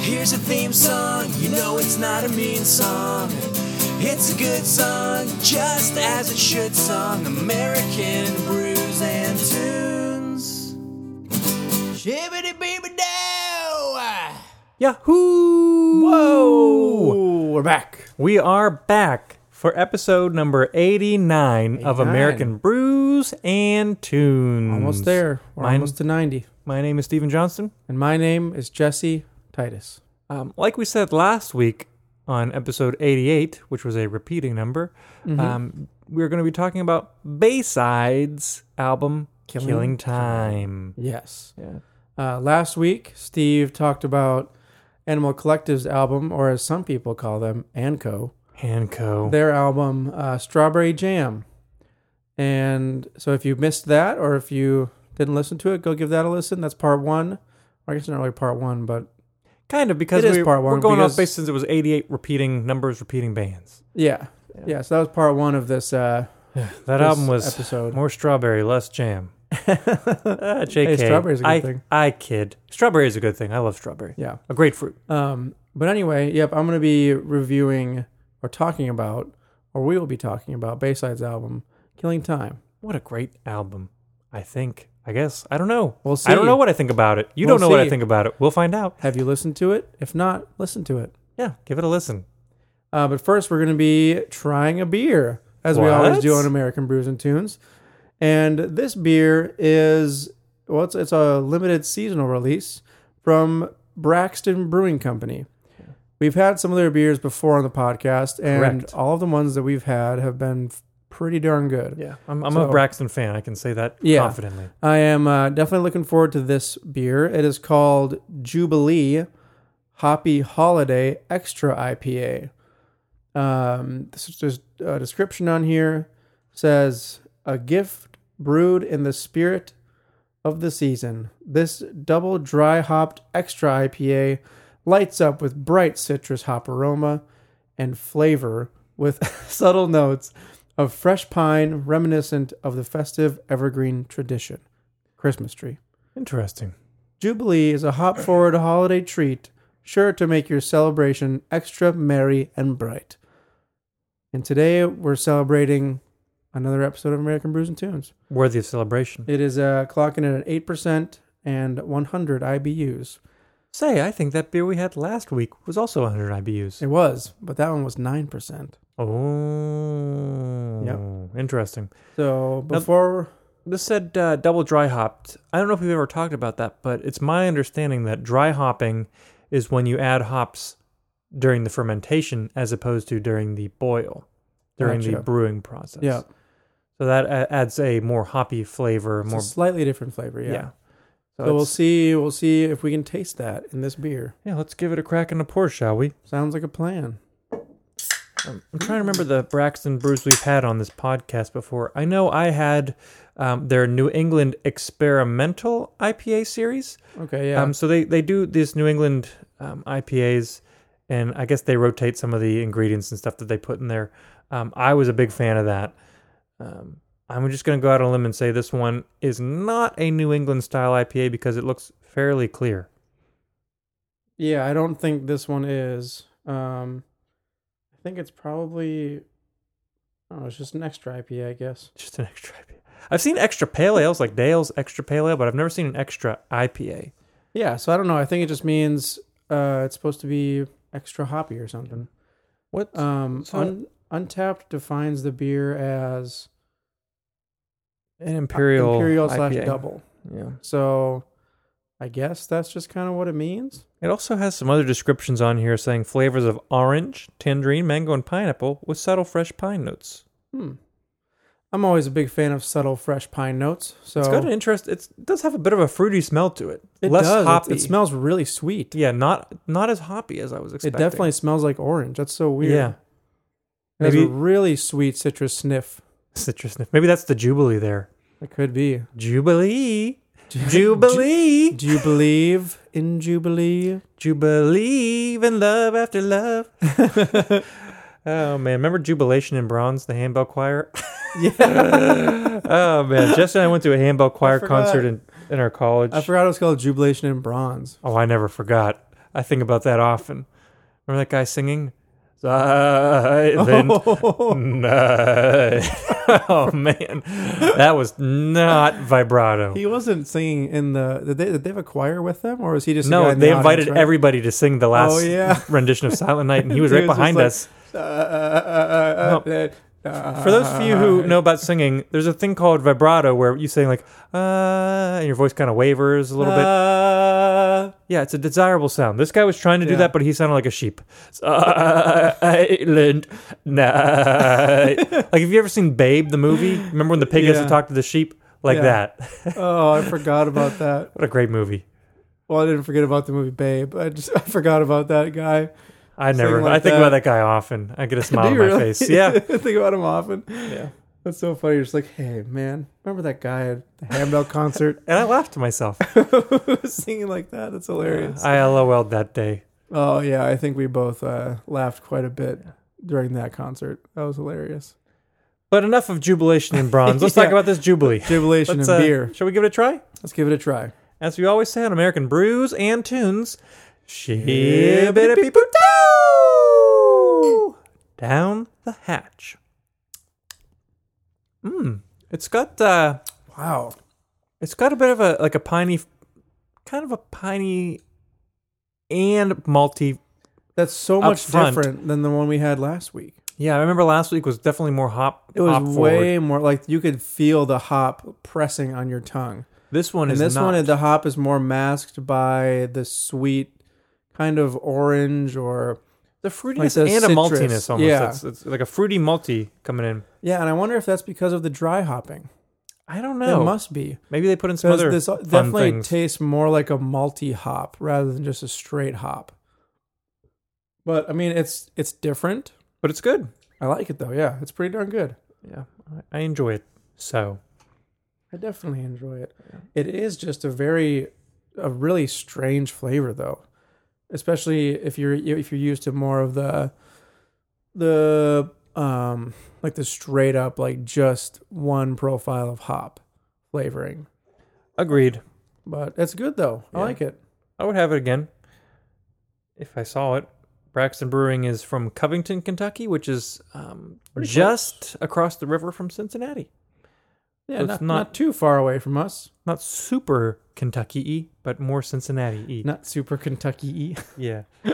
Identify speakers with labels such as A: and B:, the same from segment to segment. A: Here's a theme song, you know it's not a mean song. It's a good song, just as it should song. American brews and tunes. Shibbity beeby dow!
B: Yahoo!
C: Whoa! We're back.
B: We are back for episode number 89, of
C: 89.
B: American Brews and Tunes.
C: Almost there. We're
B: Mine-
C: almost to 90.
B: My name is Stephen Johnston.
C: And my name is Jesse Titus.
B: Um, like we said last week on episode 88, which was a repeating number,
C: Mm-hmm.
B: um, we're going to be talking about Bayside's album Killing,
C: Killing
B: Time.
C: Yes.
B: Yeah.
C: Uh, last week, Steve talked about Animal Collective's album, or as some people call them, Anco,
B: Hanco.
C: their album, uh, Strawberry Jam. And so if you missed that, or if you didn't listen to it, go give that a listen. That's part one. I guess not really part one, but
B: kind of because
C: It is
B: we,
C: part one
B: we're going off
C: because-
B: base since it was 88 repeating numbers, repeating bands.
C: yeah. Yeah, so that was part one of this. Uh,
B: That
C: This
B: album was
C: episode.
B: more strawberry, less jam. Ah, JK.
C: strawberry's a good
B: I,
C: thing.
B: I kid. Strawberry is a good thing. I love strawberry.
C: yeah.
B: A great fruit.
C: Um, but anyway, yep, I'm going to be reviewing or talking about, or we will be talking about Bayside's album, Killing Time.
B: What a great album. I think. I guess. I don't know.
C: We'll
B: I don't
C: see.
B: know what I think about it. You
C: We'll
B: don't know what I
C: see.
B: think about it. We'll find out.
C: Have you listened to it? If not, listen to it.
B: Yeah. Give it a listen.
C: Uh, but first, we're going to be trying a beer, as we always
B: What?
C: do on American Brews and Tunes. And this beer is, well, it's, it's a limited seasonal release from Braxton Brewing Company. We've had some of their beers before on the podcast, and
B: Correct.
C: all of the ones that we've had have been f- pretty darn good.
B: Yeah. I'm, I'm a
C: So-
B: Braxton fan. I can say that
C: Yeah.
B: confidently.
C: I am uh, definitely looking forward to this beer. It is called Jubilee Hoppy Holiday Extra IPA. Um, this is just a description on here It says a gift brewed in the spirit of the season. This double dry hopped extra IPA lights up with bright citrus hop aroma and flavor with subtle notes of fresh pine reminiscent of the festive evergreen tradition Christmas tree.
B: Interesting.
C: Jubilee is a hop forward holiday treat sure to make your celebration extra merry and bright. And today we're celebrating another episode of American Brews and Tunes.
B: Worthy of celebration.
C: It is uh, clocking in at 8% and 100 IBUs.
B: Say, I think that beer we had last week was also 100 IBUs.
C: It was, but that one was 9%.
B: Oh. Interesting.
C: So before.
B: This said uh, double dry hopped. I don't know if we've ever talked about that, but it's my understanding that dry hopping is when you add hops during the fermentation as opposed to during the boil, during the
C: Gotcha.
B: brewing process.
C: yeah,
B: So that a- adds a more hoppy flavor,
C: it's
B: more.
C: a slightly different flavor. Yeah.
B: yeah. So,
C: So we'll
B: it's-
C: see. We'll see if we can taste that in this beer.
B: yeah, let's give it a crack and a pour, shall we?
C: Sounds like a plan.
B: I'm trying to remember the Braxton brews we've had on this podcast before. I know I had um, their New England Experimental IPA series.
C: Okay. Yeah.
B: Um, so they they do these New England um, IPAs, and I guess they rotate some of the ingredients and stuff that they put in there. Um, I was a big fan of that. Um, I'm just going to go out on a limb and say this one is not a New England style IPA because it looks fairly clear.
C: yeah. I don't think this one is. Um, I think it's probably. Oh, it's just an extra IPA, I guess.
B: Just an extra IPA. I've seen extra pale ales like Dale's extra pale ale, but I've never seen an extra IPA.
C: Yeah. So I don't know. I think it just means uh, it's supposed to be extra hoppy or something.
B: What?
C: Um,
B: So-
C: un- Untapped defines the beer as
B: an imperial
C: Uh, imperial slash
B: IPA.
C: double.
B: Yeah.
C: So I guess that's just kind of what it means.
B: It also has some other descriptions on here saying flavors of orange, tangerine, mango, and pineapple with subtle fresh pine notes.
C: Hmm. I'm always a big fan of subtle, fresh pine notes. So
B: It's got an interest. It's, it does have a bit of a fruity smell to it.
C: it
B: Less
C: does. It-
B: hoppy.
C: It, smells really sweet.
B: Yeah, not not as hoppy as I was
C: It
B: expecting.
C: definitely smells like orange. That's so weird.
B: Yeah.
C: It has a
B: Maybe-
C: really sweet citrus sniff.
B: citrus sniff. Maybe that's the jubilee there.
C: It could be.
B: Jubilee, jubilee,
C: Do you believe in Jubilee?
B: jubilee, in love after love. oh man, remember jubilation in bronze, the handbell choir. yeah. oh man, Jess and I went to a handbell choir
C: forgot.
B: concert in in our college.
C: I forgot it was called Jubilation in Bronze.
B: oh, I never forgot. I think about that often. Remember that guy singing? Silent night. oh man, that was not vibrato.
C: He wasn't singing in the. Did they, did they have a choir with them, or was he just a guy
B: No,
C: in the
B: they
C: audience,
B: invited
C: right?
B: everybody to sing the last
C: Oh yeah.
B: rendition of Silent Night, and he was right
C: He was just
B: behind
C: like- uh,
B: us. For those of you
C: uh, Uh-huh.
B: who know about singing, there's a thing called vibrato where you sing like uh, and your voice kind of wavers a little
C: Uh.
B: bit. Yeah, it's a desirable sound. This guy was trying to do
C: Yeah.
B: that, but he sounded like a sheep. Silent night. like, have you ever seen Babe the movie? Remember when the pig has to
C: Yeah.
B: talk to the sheep like
C: Yeah.
B: that?
C: oh, I forgot about that.
B: what a great movie!
C: Well, I didn't forget about the movie Babe. I just I forgot about that guy.
B: I
C: Sing
B: never.
C: like
B: I think
C: that.
B: about that guy often. I get a smile
C: Do
B: on
C: you
B: my
C: really?
B: face. Yeah.
C: think about him often.
B: yeah.
C: That's so funny. You're just like, hey man, remember that guy at the handbell concert
B: And I laughed to myself.
C: who was singing like that? That's hilarious.
B: I LOL'd that day.
C: oh yeah, I think we both uh, laughed quite a bit during that concert. That was hilarious.
B: But enough of jubilation and bronze. Let's talk
C: Yeah.
B: about this jubilee.
C: Jubilation and
B: uh,
C: beer.
B: Shall we give it a try?
C: Let's give it a try.
B: As we always say on American Brews and Tunes, shibbity-boo-doo! down the hatch. Mmm. It's got uh,
C: Wow.
B: it's got a bit of a like a piney, kind of a piney and malty.
C: That's so
B: Up
C: much
B: front.
C: different than the one we had last week.
B: Yeah, I remember last week was definitely more hop.
C: It was
B: hop
C: way
B: forward.
C: more like you could feel the hop pressing on your tongue.
B: This one
C: And
B: is
C: this
B: not.
C: one, the hop is more masked by the sweet kind of orange or
B: the fruitiness
C: like the
B: and a
C: citrus.
B: maltiness almost.
C: Yeah.
B: It's, it's like a fruity malty coming in.
C: yeah. And I wonder if that's because of the dry hopping.
B: I don't know.
C: It must be
B: Maybe they put in some
C: because
B: Oh, other
C: this
B: fun
C: definitely
B: things.
C: tastes more like a malty hop rather than just a straight hop. But I mean, it's it's different.
B: but it's good.
C: I like it though. Yeah, it's pretty darn good.
B: Yeah, I, I enjoy it. So
C: I definitely enjoy it. It is just a very, a really strange flavor though, especially if you're if you're used to more of the, the um like the straight up like just one profile of hop flavoring.
B: agreed.
C: But it's good though. I
B: Yeah.
C: like it.
B: I would have it again if I saw it. Braxton Brewing is from Covington, Kentucky, which is um,
C: Pretty
B: just across the river from Cincinnati.
C: Yeah,
B: So it's
C: not,
B: not-
C: not too far away from us.
B: Not super Kentucky y, but more Cincinnati y.
C: Not super Kentucky.
B: Yeah.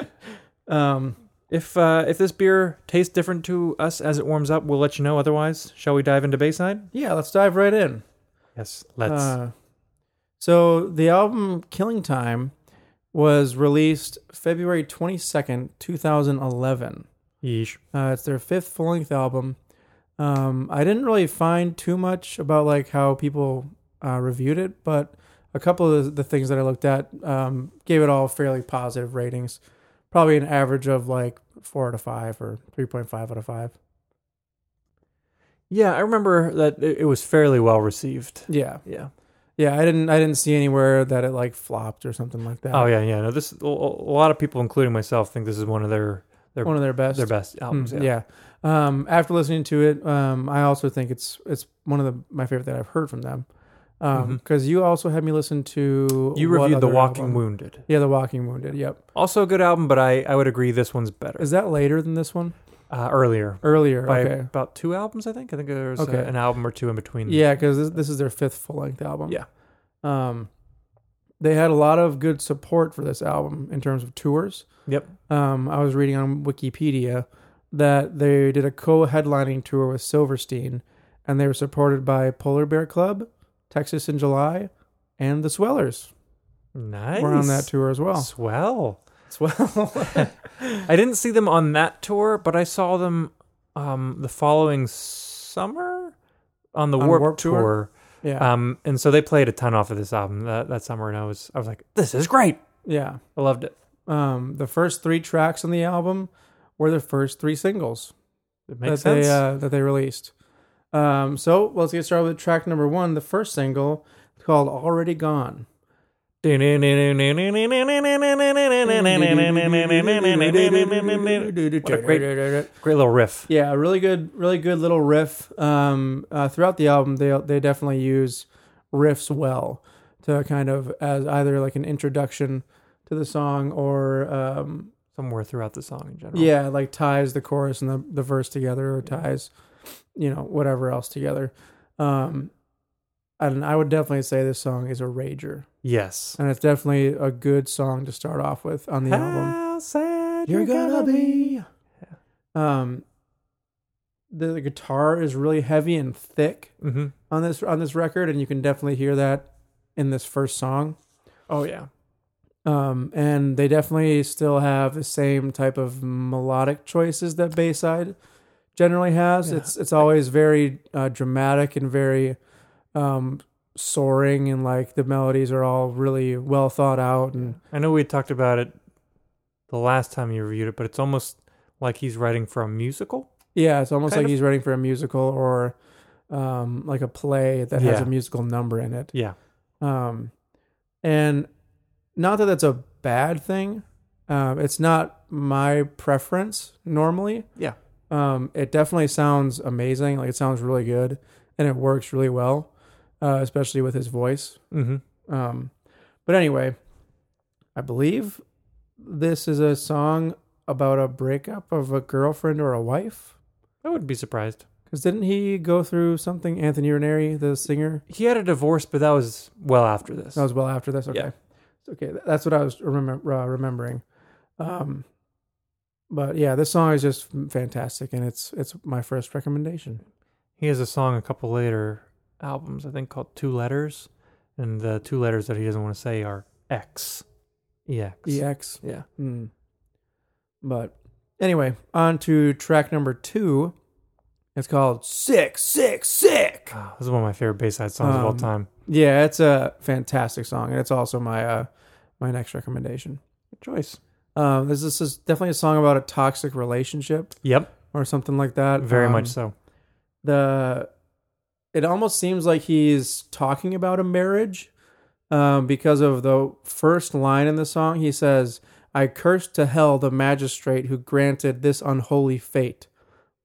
C: Um,
B: If uh, if this beer tastes different to us as it warms up, we'll let you know. Otherwise, shall we dive into Bayside?
C: yeah, let's dive right in.
B: Yes, let's.
C: Uh, so the album Killing Time was released February 22nd, 2011.
B: Yeesh.
C: Uh, it's their fifth full length album. Um, I didn't really find too much about like how people uh, reviewed it, but a couple of the things that I looked at um, gave it all fairly positive ratings, probably an average of like four out of five or 3.5 out of five.
B: Yeah, I remember that it, it was fairly well received.
C: Yeah,
B: Yeah.
C: yeah. I didn't I didn't see anywhere that it like flopped or something like that.
B: Oh yeah, yeah. No, this a a lot of people, including myself, think this is one of their
C: one of their best.
B: their best albums.
C: Mm,
B: yeah.
C: yeah. Um, after listening to it, um, I also think it's it's one of the my favorite that I've heard from them. Because
B: Mhm.
C: you also had me listen to
B: You
C: what
B: reviewed The
C: other
B: Walking
C: album?
B: Wounded,
C: Yeah, the Walking Wounded. Yep.
B: also a good album, but I I would agree this one's better.
C: Is that later than this one?
B: Uh, earlier
C: Earlier.
B: by
C: okay.
B: about two albums, I think. I think there's uh,
C: Okay.
B: an album or two in between.
C: Yeah, because this, this is their fifth full length album.
B: Mm. Yeah.
C: Um, they had a lot of good support for this album in terms of tours.
B: Yep.
C: Um, I was reading on Wikipedia that they did a co-headlining tour with Silverstein, and they were supported by Polar Bear Club, Texas in July, and the Swellers
B: Nice.
C: were on that tour as well.
B: Swell.
C: Swell.
B: I didn't see them on that tour, but I saw them um, the following summer on the
C: On
B: Warp,
C: Warped
B: tour.
C: Tour? yeah.
B: Um, and so they played a ton off of this album that, that summer, and I was I was like, this is great.
C: yeah.
B: I loved it.
C: Um, the first three tracks on the album were the first three singles.
B: It makes
C: that
B: sense.
C: they uh, that they released. Um, so let's get started with track number one, the first single called "Already Gone."
B: Great little riff.
C: Yeah, a really good, really good little riff. Um, uh, throughout the album, they they definitely use riffs well to kind of as either like an introduction to the song or um,
B: somewhere throughout the song in general.
C: yeah, like ties the chorus and the, the verse together or ties, you know, whatever else together. Um, and I would definitely say this song is a rager.
B: Yes.
C: And it's definitely a good song to start off with on the album.
B: How sad
C: You're gonna be. Um, the, the guitar is really heavy and thick
B: Mm-hmm.
C: on this on this record, and you can definitely hear that in this first song.
B: Oh yeah.
C: Um, and they definitely still have the same type of melodic choices that Bayside generally has.
B: Yeah.
C: It's it's always very uh, dramatic and very um, soaring, and like the melodies are all really well thought out. And
B: I know we talked about it the last time you reviewed it, but it's almost like he's writing for a musical.
C: yeah, it's almost
B: Kind
C: like
B: of-
C: he's writing for a musical or um, like a play that has
B: Yeah.
C: a musical number in it.
B: Yeah.
C: Um, and not that that's a bad thing. Um, it's not my preference normally.
B: Yeah.
C: Um, it definitely sounds amazing. Like it sounds really good, and it works really well, uh, especially with his voice.
B: Mm-hmm.
C: Um, but anyway, I believe this is a song about a breakup of a girlfriend or a wife.
B: I wouldn't be surprised.
C: Because didn't he go through something? Anthony Ranieri, the singer,
B: He had a divorce, but that was well after this.
C: That was well after this. Okay.
B: Yeah.
C: Okay. th- That's what I was remember, uh, remembering. Um, but yeah, this song is just fantastic, and it's it's my first recommendation.
B: he has a song a couple later albums, I think, called Two Letters, and the two letters that he doesn't want to say are X, EX.
C: EX.
B: Yeah.
C: E Hmm. But anyway, on to track number two. It's called Sick, Sick, Sick.
B: Ah, this is one of my favorite Bayside songs of all
C: Um,
B: time.
C: Yeah, it's a fantastic song, and it's also my uh, my next recommendation.
B: Good choice.
C: Um, this, this is definitely a song about a toxic relationship
B: Yep.
C: or something like that.
B: Very
C: Um,
B: much so.
C: the it almost seems like he's talking about a marriage um, because of the first line in the song he says i curse to hell the magistrate who granted this unholy fate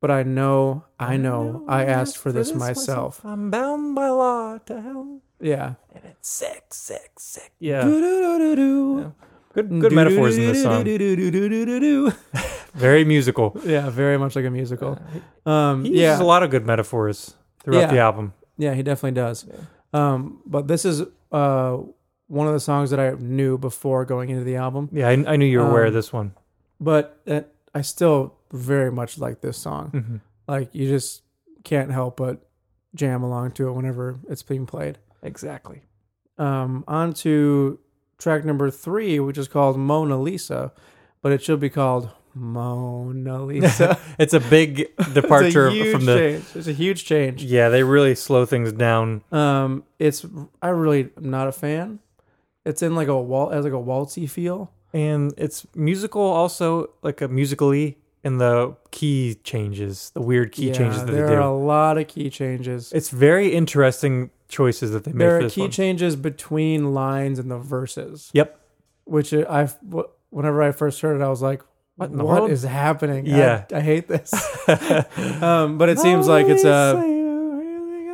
C: but i know i know i asked for this myself
B: I'm bound by law to hell.
C: yeah
A: And it's sick, sick, sick.
B: Yeah.
C: good
B: Good, good metaphors in this song.
C: song
B: Very musical.
C: yeah very much like a musical um
B: He uses
C: yeah
B: a lot of good metaphors throughout
C: Yeah.
B: the album.
C: Yeah, he definitely does. Um, but this is uh, one of the songs that I knew before going into the album,
B: Yeah, I, I knew you were aware of
C: Um,
B: this one.
C: but it, I still very much like this song.
B: Mhm.
C: Like you just can't help but jam along to it whenever it's being played.
B: Exactly.
C: Um, on to track number three, which is called Mona Lisa, but it should be called Mona Lisa.
B: It's a big
C: it's a
B: departure
C: huge
B: from the.
C: change. It's a huge change.
B: Yeah, they really slow things down.
C: Um, it's I really am not a fan. It's in like a wal has like a waltzy feel.
B: and it's musical also like a musically and the key changes the weird key changes that
C: there
B: they do
C: are a lot of key changes.
B: it's very interesting choices that they make
C: there
B: for
C: are
B: this
C: key
B: one.
C: changes between lines and the verses,
B: yep
C: which I wh- whenever I first heard it, I was like,
B: What
C: "What
B: in
C: is
B: the world?"
C: happening?" I-
B: Yeah.
C: I, hate this. um, but it seems like it's
B: uh,
C: a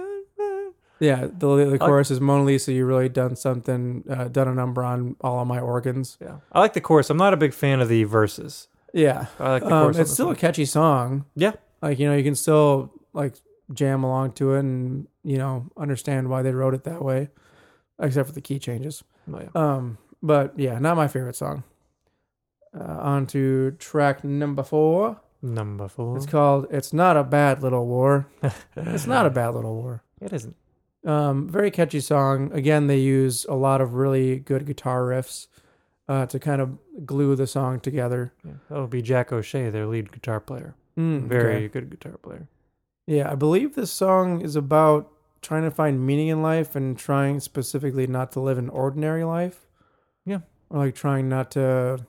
C: yeah. The,
B: Uh,
C: the chorus is Mona Lisa. You really done something, uh, done a number on all of my organs.
B: yeah i like the chorus i'm not a big fan of the verses
C: Yeah,
B: i like the
C: um,
B: chorus on
C: it's
B: this
C: still
B: one.
C: a catchy song.
B: yeah
C: like you know you can still like jam along to it and you know understand why they wrote it that way except for the key changes
B: Oh, yeah.
C: um but yeah not my favorite song uh, on to track number four
B: number four
C: it's called it's not a bad little war it's not a bad little war
B: it isn't
C: um very catchy song again they use a lot of really good guitar riffs uh to kind of glue the song together
B: yeah. that would be jack o'shea their lead guitar player
C: Mm,
B: very
C: okay.
B: good guitar player
C: Yeah, I believe this song is about trying to find meaning in life and trying specifically not to live an ordinary life.
B: Yeah.
C: Or like trying not to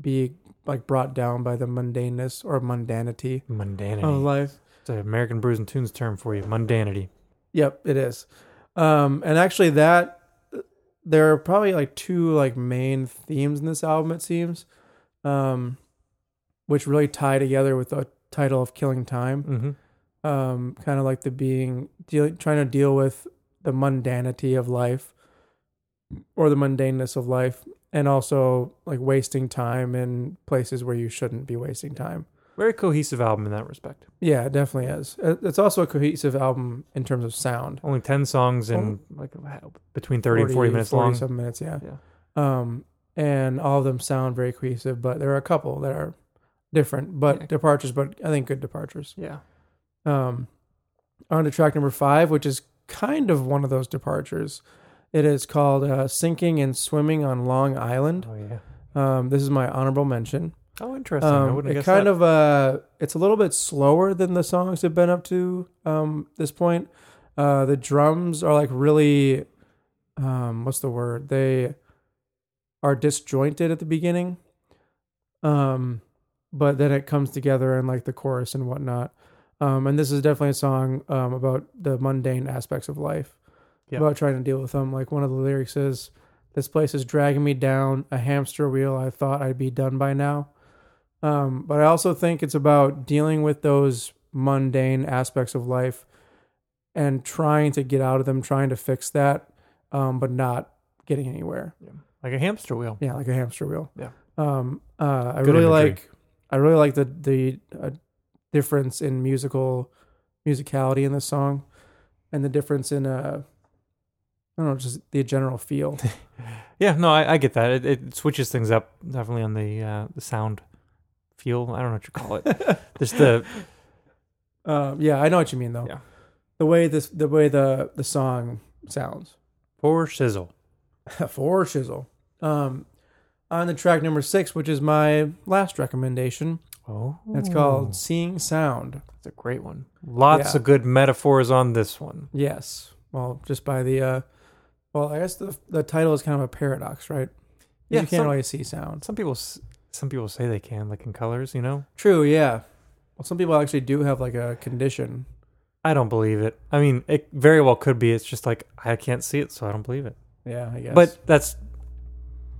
C: be like brought down by the mundaneness or mundanity
B: mundanity
C: of life.
B: it's an american brews and tunes term for you mundanity
C: Yep, it is. Um, and actually, that there are probably like two like main themes in this album. It seems, um, which really tie together with the title of "Killing Time."
B: hmm
C: um, kind of like the being deal, trying to deal with the mundanity of life or the mundaneness of life and also like wasting time in places where you shouldn't be wasting time.
B: Very cohesive album in that respect.
C: Yeah, it definitely is. It- It's also a cohesive album in terms of sound.
B: Only 10 songs
C: Oh.
B: and like between 30 and 40 minutes long.
C: Some minutes, yeah.
B: Yeah.
C: Um, and all of them sound very cohesive, but there are a couple that are different, but
B: Yeah.
C: departures. But I think good departures.
B: Yeah.
C: Um, on to track number five, which is kind of one of those departures. It is called uh, "Sinking and Swimming on Long Island."
B: Oh, yeah.
C: Um, this is my honorable mention.
B: Oh, interesting. I
C: Um,
B: wouldn't
C: it
B: guess
C: kind
B: that.
C: of uh, it's a little bit slower than the songs have been up to um, this point. Uh, the drums are like really, um, what's the word? They are disjointed at the beginning, um, but then it comes together in like the chorus and whatnot. Um, and this is definitely a song um, about the mundane aspects of life,
B: Yeah.
C: about trying to deal with them. Like one of the lyrics is, "This place is dragging me down a hamster wheel. I thought I'd be done by now." Um, but I also think it's about dealing with those mundane aspects of life and trying to get out of them, trying to fix that, um, but not getting anywhere.
B: like a hamster wheel.
C: Yeah, like a hamster wheel.
B: Yeah.
C: Um. Uh. I
B: Good
C: really
B: imagery.
C: like. I really like the the uh, difference in musical musicality in this song, and the difference in uh, I don't know, just the general feel.
B: Yeah, no, I, I get that. It, it switches things up definitely on the uh, the sound feel. I don't know what you call it. Just the
C: um. Yeah, I know what you mean though.
B: Yeah.
C: The way this, the way the the song sounds.
B: poor shizzle.
C: for chisel. Um, on the track number six, which is my last recommendation,
B: Oh,
C: it's called "Seeing Sound."
B: It's a great one. Lots
C: Yeah.
B: of good metaphors on this one.
C: Yes, well, just by the, uh, well, I guess the the title is kind of a paradox, right?
B: Yeah,
C: you can't
B: some-
C: always see sound.
B: Some people s- some people say they can like in colors. You know,
C: True, yeah. Well, some people actually do have like a condition.
B: I don't believe it. I mean, it very well could be. It's just like I can't see it, so I don't believe it.
C: Yeah, I guess.
B: But that's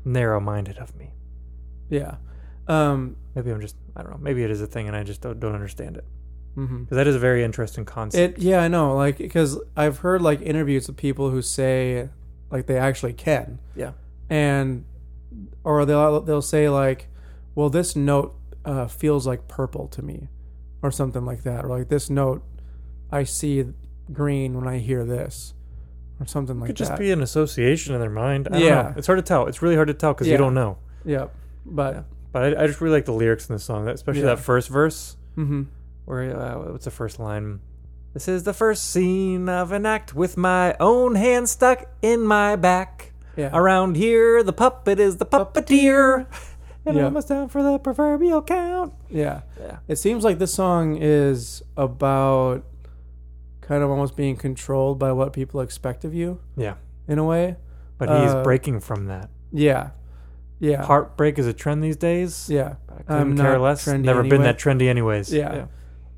B: narrow minded of me.
C: yeah, um,
B: Maybe I'm just I don't know. Maybe it is a thing, and I just don't, don't understand it
C: mhm.
B: because that is a very interesting concept.
C: it yeah, I know, like because I've heard like interviews with people who say like they actually can.
B: yeah.
C: and or they'll they'll say like, "Well, this note uh, feels like purple to me," or something like that, or like this note, I see green when I hear this, or something like
B: could just
C: that.
B: be an association in their mind. I
C: Yeah.
B: don't know. It's hard to tell. It's really hard to tell because
C: Yeah.
B: you don't know.
C: yep. But
B: But I, I just really like the lyrics in this song, that- especially
C: Yeah.
B: that first verse
C: hmm
B: where uh, what's the first line? This is the first scene of an act with my own hand stuck in my back.
C: yeah,
B: Around here, the puppet is the puppeteer. And
C: Yeah.
B: almost down for the proverbial count.
C: yeah,
B: Yeah.
C: It seems like this song is about kind of almost being controlled by what people expect of you
B: Yeah.
C: in a way.
B: But he's
C: Uh,
B: breaking from that.
C: Yeah, yeah,
B: Heartbreak is a trend these days.
C: yeah.
B: I couldn't
C: I'm
B: care
C: not
B: less.
C: trendy
B: Never
C: anyway.
B: been that trendy, anyways.
C: Yeah.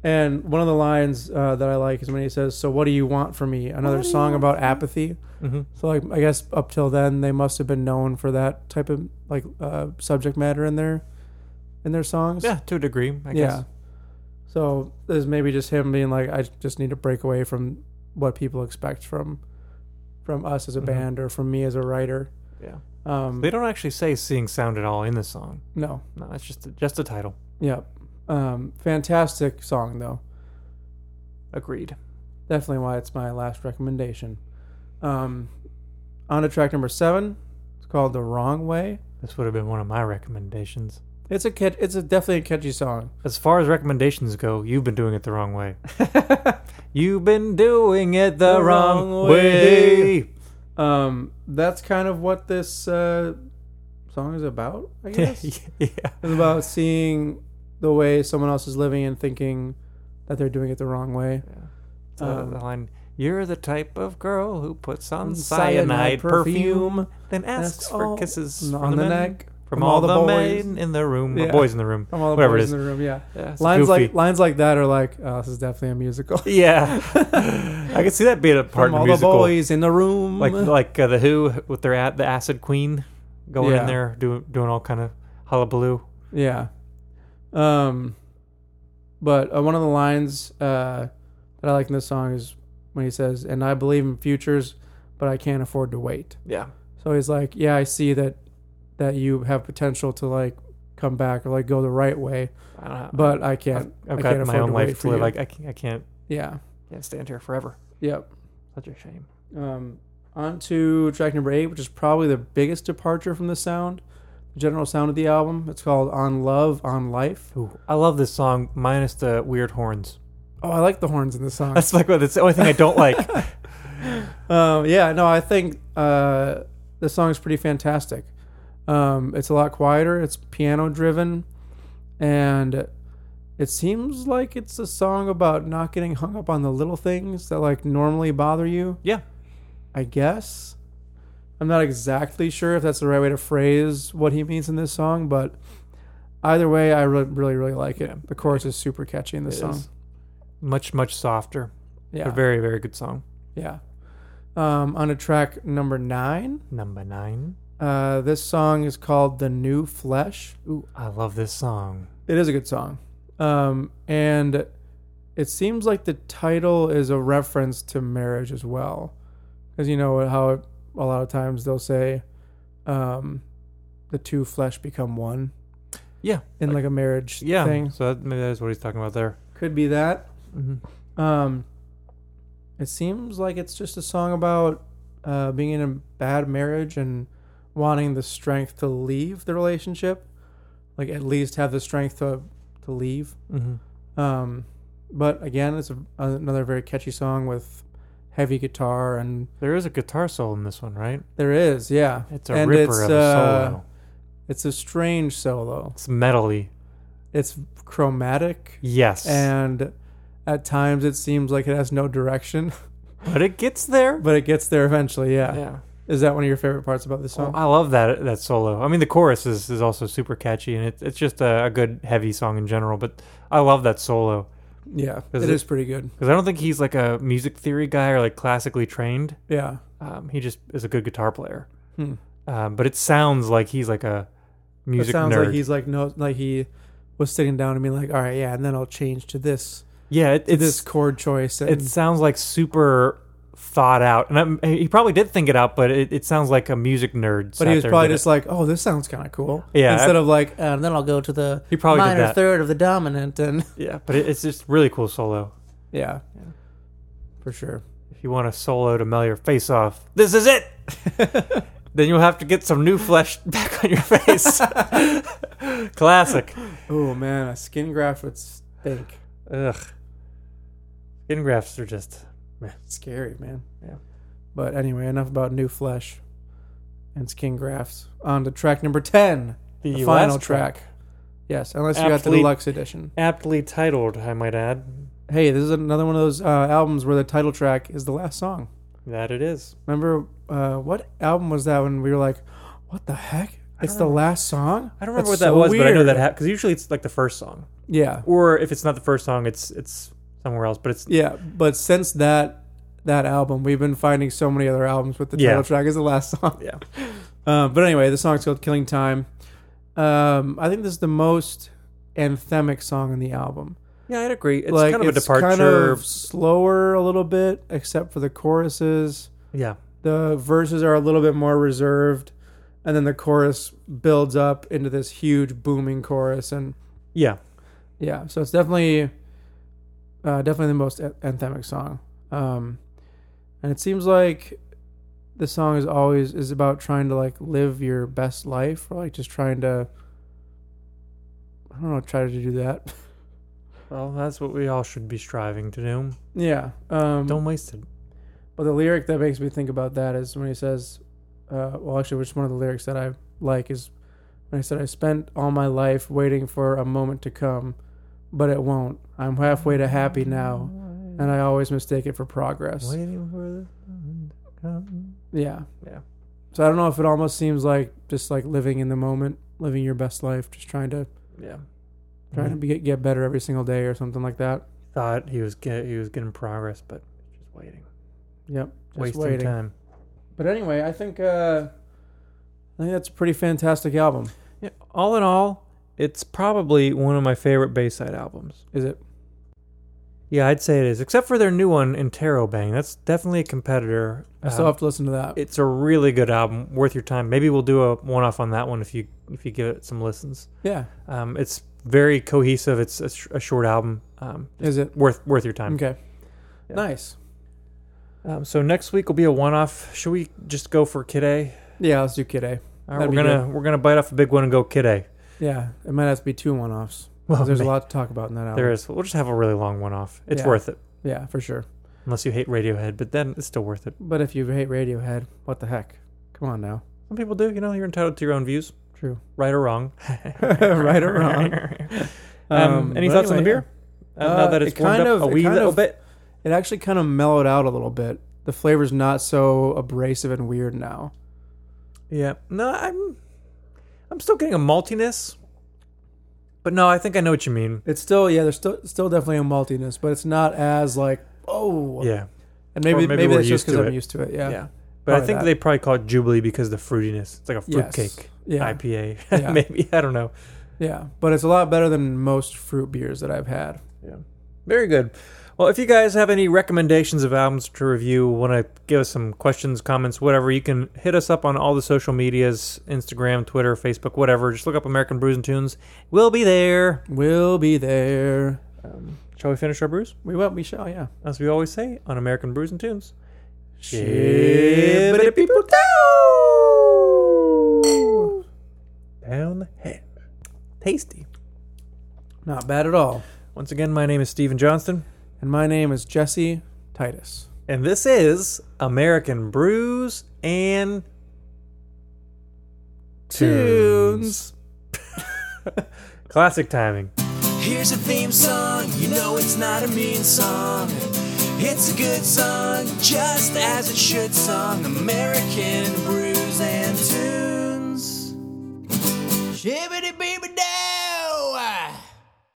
C: And one of the lines uh, that I like is when he says, "So what do you want from me?" Another song about apathy.
B: Mhm.
C: So like, I guess up till then they must have been known for that type of like uh, subject matter in their in their songs.
B: Yeah, to a degree, I
C: yeah.
B: guess.
C: So there's maybe just him being like, "I just need to break away from what people expect from from us as a
B: Mhm.
C: band or from me as a writer."
B: Yeah.
C: Um,
B: They don't actually say "seeing sound" at all in the song.
C: no.
B: No, it's just just a title.
C: Yep. Um, fantastic song though.
B: Agreed.
C: definitely why it's my last recommendation. Um, on to track number seven. It's called "The Wrong Way."
B: This would have been one of my recommendations.
C: It's a catch, it's a definitely a catchy song.
B: As far as recommendations go, you've been doing it the wrong way. you've been doing it the,
C: The
B: wrong,
C: wrong
B: way.
C: way. Um, that's kind of what this uh, song is about. I guess it's
B: yeah.
C: about seeing the way someone else is living and thinking that they're doing it the wrong way.
B: So
C: Um,
B: the line, "You're the type of girl who puts on
C: Cyanide
B: cyanide, perfume,
C: perfume,
B: then asks
C: asks all-
B: for kisses
C: on
B: from
C: the
B: the men,
C: neck,
B: from, all, the, men in the room, or
C: Yeah.
B: boys in the room,
C: From all the
B: whatever
C: boys
B: it is."
C: in the room, yeah.
B: Yeah, it's
C: Lines
B: goofy.
C: like lines like that are like, oh, this is definitely a musical.
B: yeah, I can see that being a part of
C: From all
B: a
C: the
B: musical.
C: boys in the room,
B: like like uh, the Who with their at the Acid Queen going
C: Yeah.
B: in there doing doing all kind of hullabaloo.
C: Yeah. Um, but uh, one of the lines uh, that I like in this song is when he says, "And I believe in futures, but I can't afford to wait."
B: Yeah,
C: So he's like, "Yeah, I see that that you have potential to like come back or like go the right way.
B: I don't know.
C: But I can't.
B: I've, I've
C: I
B: got
C: can't
B: my
C: afford
B: own
C: to wait
B: life
C: for
B: to live.
C: you.
B: I, I can't, I can't
C: yeah.
B: can't stand here forever.
C: Yep.
B: Such a shame.
C: Um, on to track number eight, which is probably the biggest departure from the sound, the general sound of the album. It's called "On Love, On Life."
B: Ooh, I love this song minus the weird horns.
C: Oh, I like the horns in this song.
B: That's like what that's the only thing I don't like.
C: um, yeah, no, I think uh, the song is pretty fantastic. Um, it's a lot quieter. It's piano driven, and it seems like it's a song about not getting hung up on the little things that like normally bother you.
B: yeah,
C: I guess. I'm not exactly sure if that's the right way to phrase what he means in this song, but either way, I really, really, really like it. The chorus is super catchy in this
B: It
C: song.
B: is. much much softer.
C: Yeah,
B: A very very good song.
C: yeah. Um, on a track number nine,
B: Number nine.
C: Uh, this song is called "The New Flesh."
B: Ooh, I love this song.
C: It is a good song, um, and it seems like the title is a reference to marriage as well, because you know how it, a lot of times they'll say, um, "The two flesh become one"
B: Yeah,
C: in like a marriage
B: yeah.
C: thing.
B: So that, maybe that's what he's talking about there.
C: Could be that.
B: hmm
C: Um, it seems like it's just a song about uh, being in a bad marriage and wanting the strength to leave the relationship, like at least have the strength to to leave.
B: hmm
C: Um, but again, it's a, another very catchy song with heavy guitar, and
B: There is a guitar solo in this one, right?
C: there is yeah,
B: It's a
C: And
B: ripper
C: it's,
B: of a
C: uh,
B: solo.
C: it's a strange solo.
B: It's metally.
C: It's chromatic,
B: Yes,
C: and at times it seems like it has no direction,
B: but it gets there.
C: but it gets there eventually. Yeah.
B: Yeah.
C: Is that one of your favorite parts about the
B: Oh,
C: song?
B: I love that that solo. I mean, the chorus is, is also super catchy, and it's it's just a, a good heavy song in general. But I love that solo
C: yeah,
B: Is
C: it
B: it-
C: is pretty good.
B: because I don't think he's like a music theory guy or like classically trained.
C: Yeah,
B: Um, he just is a good guitar player.
C: Hmm.
B: Um, but it sounds like he's like a music
C: it sounds
B: nerd.
C: like he's like no, like he was sitting down and being like, all right, yeah, and then I'll change to this,
B: yeah, it,
C: to
B: it's
C: this chord choice. And
B: it sounds like super thought out, and I'm, he probably did think it out, but it, it sounds like a music nerd.
C: but
B: sat
C: he was
B: there and
C: probably
B: did it.
C: just like, oh, this sounds kind of cool.
B: Yeah.
C: Instead of like, uh, and then I'll go to the
B: He probably did
C: minor
B: that.
C: third of the dominant, and
B: yeah. But it, it's just really cool solo.
C: yeah,
B: Yeah.
C: for sure.
B: if you want a solo to melt your face off, this is it. then you'll have to get some new flesh back on your face. Classic.
C: Oh man, a skin graft would stink.
B: Ugh. Skin grafts are just
C: Scary, man.
B: Yeah.
C: But anyway, enough about new flesh and skin grafts. On to track number ten.
B: the,
C: the
B: last
C: final track. Yes, unless you got the
B: Aptly-
C: deluxe edition.
B: Aptly titled, I might add.
C: Hey, this is another one of those uh, albums where the title track is the last song.
B: That it is.
C: Remember uh, what album was that when we were like, "What the heck? It's the last song."
B: I don't remember
C: That's
B: what that
C: so
B: was, but I know
C: weird.
B: that happened because usually it's like the first song,
C: Yeah,
B: or if it's not the first song, it's it's somewhere else. But it's
C: yeah. But since that that album, we've been finding so many other albums with the title
B: Yeah.
C: track is the last song.
B: yeah,
C: Uh, but anyway, the song's called "Killing Time." Um, I think this is the most anthemic song in the album.
B: yeah, I'd agree. It's
C: like
B: kind of a
C: it's
B: departure.
C: kind of slower a little bit, except for the choruses.
B: yeah,
C: the verses are a little bit more reserved and then the chorus builds up into this huge booming chorus and
B: yeah.
C: yeah so it's definitely uh, definitely the most a- anthemic song um, and it seems like the song is always is about trying to like live your best life or like just trying to i don't know try to do that
B: Well, that's what we all should be striving to do.
C: yeah um,
B: Don't waste it.
C: But the lyric that makes me think about that is when he says, uh, well, actually, which one of the lyrics that I like is when I said, I spent all my life waiting for a moment to come, but it won't. I'm halfway to happy now, and I always mistake it for progress.
B: Waiting for the sun to come.
C: Yeah.
B: Yeah.
C: So I don't know if it almost seems like just like living in the moment, living your best life, just trying to
B: Yeah.
C: trying
B: Mm-hmm.
C: to be, get better every single day or something like that.
B: Thought he was get, he was getting progress, but just waiting,
C: Yep. Just
B: wasting
C: waiting.
B: time.
C: But anyway, I think uh, I think that's a pretty fantastic album.
B: Yeah, all in all, it's probably one of my favorite Bayside albums.
C: Is it?
B: Yeah, I'd say it is. Except for their new one, Intero Bang. That's definitely a competitor.
C: I still
B: Um,
C: have to listen to that.
B: it's a really good album, worth your time. Maybe we'll do a one-off on that one if you if you give it some listens.
C: yeah,
B: Um, it's very cohesive. It's a, sh- a short album. Um,
C: is it
B: worth worth your time.
C: okay?
B: Um, Yeah.
C: Nice.
B: Um, so next week will be a one-off. Should we just go for Kid A?
C: Yeah, let's do Kid A.
B: All right,
C: That'd
B: we're
C: be
B: gonna we're gonna bite off a big one and go Kid A.
C: Yeah, it might have to be two one offs.
B: Well,
C: There's a
B: may-
C: lot to talk about in that album.
B: Oh, There is. We'll just have a really long one-off. It's
C: Yeah.
B: worth it,
C: Yeah, for sure.
B: unless you hate Radiohead, but then it's still worth it.
C: But if you hate Radiohead, what the heck? Come on now.
B: Some people do. You know, you're entitled to your own views,
C: True.
B: right or wrong.
C: right or wrong.
B: Um, any
C: but
B: thoughts on the
C: anyway,
B: beer? Uh, now
C: Uh,
B: that it's
C: it
B: warmed
C: kind
B: up
C: of-
B: a
C: it
B: wee
C: kind
B: little
C: of-
B: bit.
C: It actually kind of mellowed out a little bit. The flavor's not so abrasive and weird now.
B: Yeah. No, I'm I'm still getting a maltiness. But no, I think I know what you mean.
C: It's still yeah, there's still still definitely a maltiness, but it's not as like oh
B: Yeah.
C: And maybe
B: Or maybe
C: maybe,
B: we're
C: that's just
B: used
C: because
B: to
C: I'm
B: it.
C: used to it. Yeah.
B: Yeah.
C: Yeah.
B: But I
C: Probably
B: think
C: that.
B: they probably call it Jubilee because of the fruitiness. It's like a
C: Yes.
B: fruitcake
C: Yeah.
B: IPA.
C: Yeah.
B: Maybe. I don't know.
C: But it's a lot better than most fruit beers that I've had.
B: Very good. Well, if you guys have any recommendations of albums to review, want to give us some questions, comments, whatever, you can hit us up on all the social medias Instagram, Twitter, Facebook, whatever. Just look up American Brews and Tunes. We'll be there.
C: We'll be there.
B: Shall we finish our brews?
C: We will. We shall. Yeah.
B: As we always say on American Brews and Tunes.
C: Shibbity people
B: Down the head. Tasty.
C: Not bad at all.
B: Once again, my name is Stephen Johnston,
C: And my name is Jesse Titus.
B: and this is American Brews and Tunes. Classic timing.
A: Here's a theme song, you know it's not a mean song. It's a good song, just as it should song. American brews and tunes. Shibbity beeby da